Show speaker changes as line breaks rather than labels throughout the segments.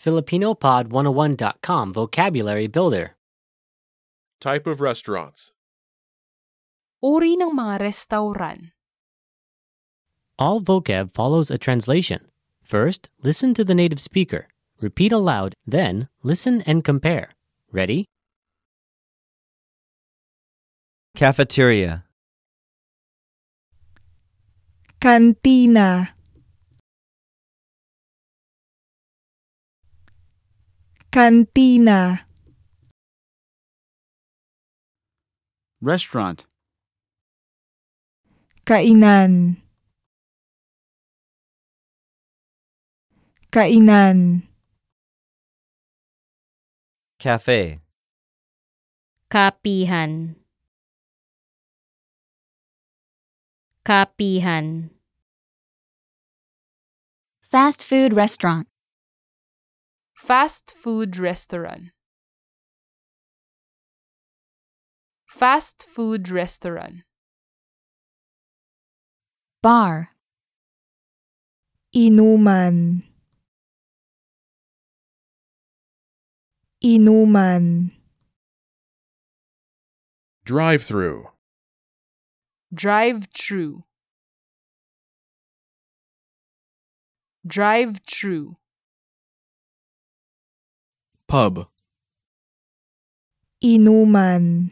FilipinoPod101.com Vocabulary Builder.
Type of restaurants.
Uri ng mga restauran.
All vocab follows a translation. First, listen to the native speaker. Repeat aloud, then, listen and compare. Ready?
Cafeteria.
Cantina. Cantina.
Restaurant.
Kainan. Kainan.
Cafe.
Kapihan. Kapihan.
Fast food restaurant.
Fast food restaurant. Fast food restaurant.
Bar.
Inuman. Inuman.
Drive through.
Drive through. Drive through.
Pub.
Inuman.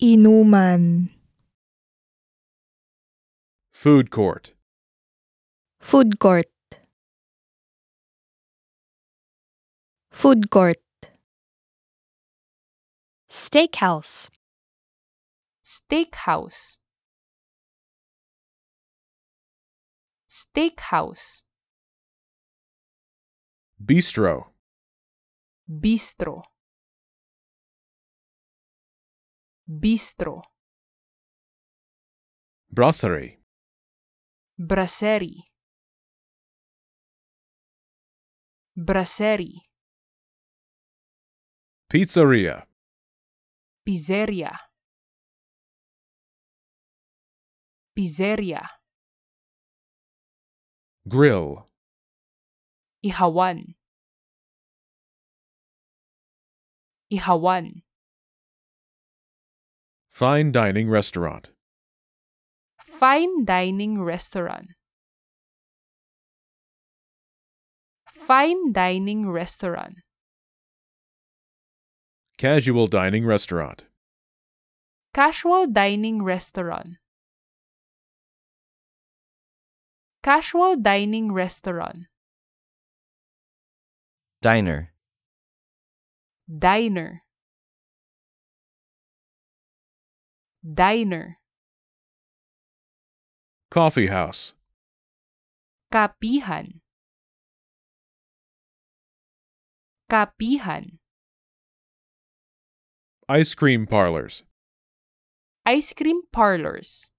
Inuman.
Food court.
Food court. Food court. Steakhouse.
Steakhouse. Steakhouse.
Bistro.
Bistro. Bistro.
Brasserie.
Brasserie. Brasserie.
Pizzeria.
Pizzeria. Pizzeria.
Grill.
Ihawan. Ihawan.
Fine dining restaurant.
Fine dining restaurant. Fine dining restaurant.
Casual dining restaurant.
Casual dining restaurant. Casual dining restaurant.
Diner.
Diner. Diner.
Coffee house.
Kapihan. Kapihan.
Ice cream parlors.
Ice cream parlors.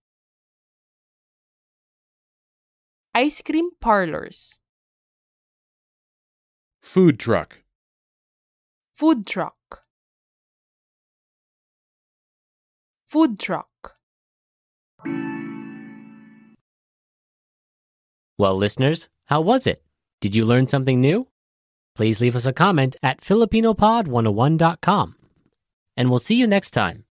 Ice cream parlors.
Food truck.
Food truck. Food truck.
Well, listeners, how was it? Did you learn something new? oh Please leave us a comment at FilipinoPod101.com. And we'll see you next time.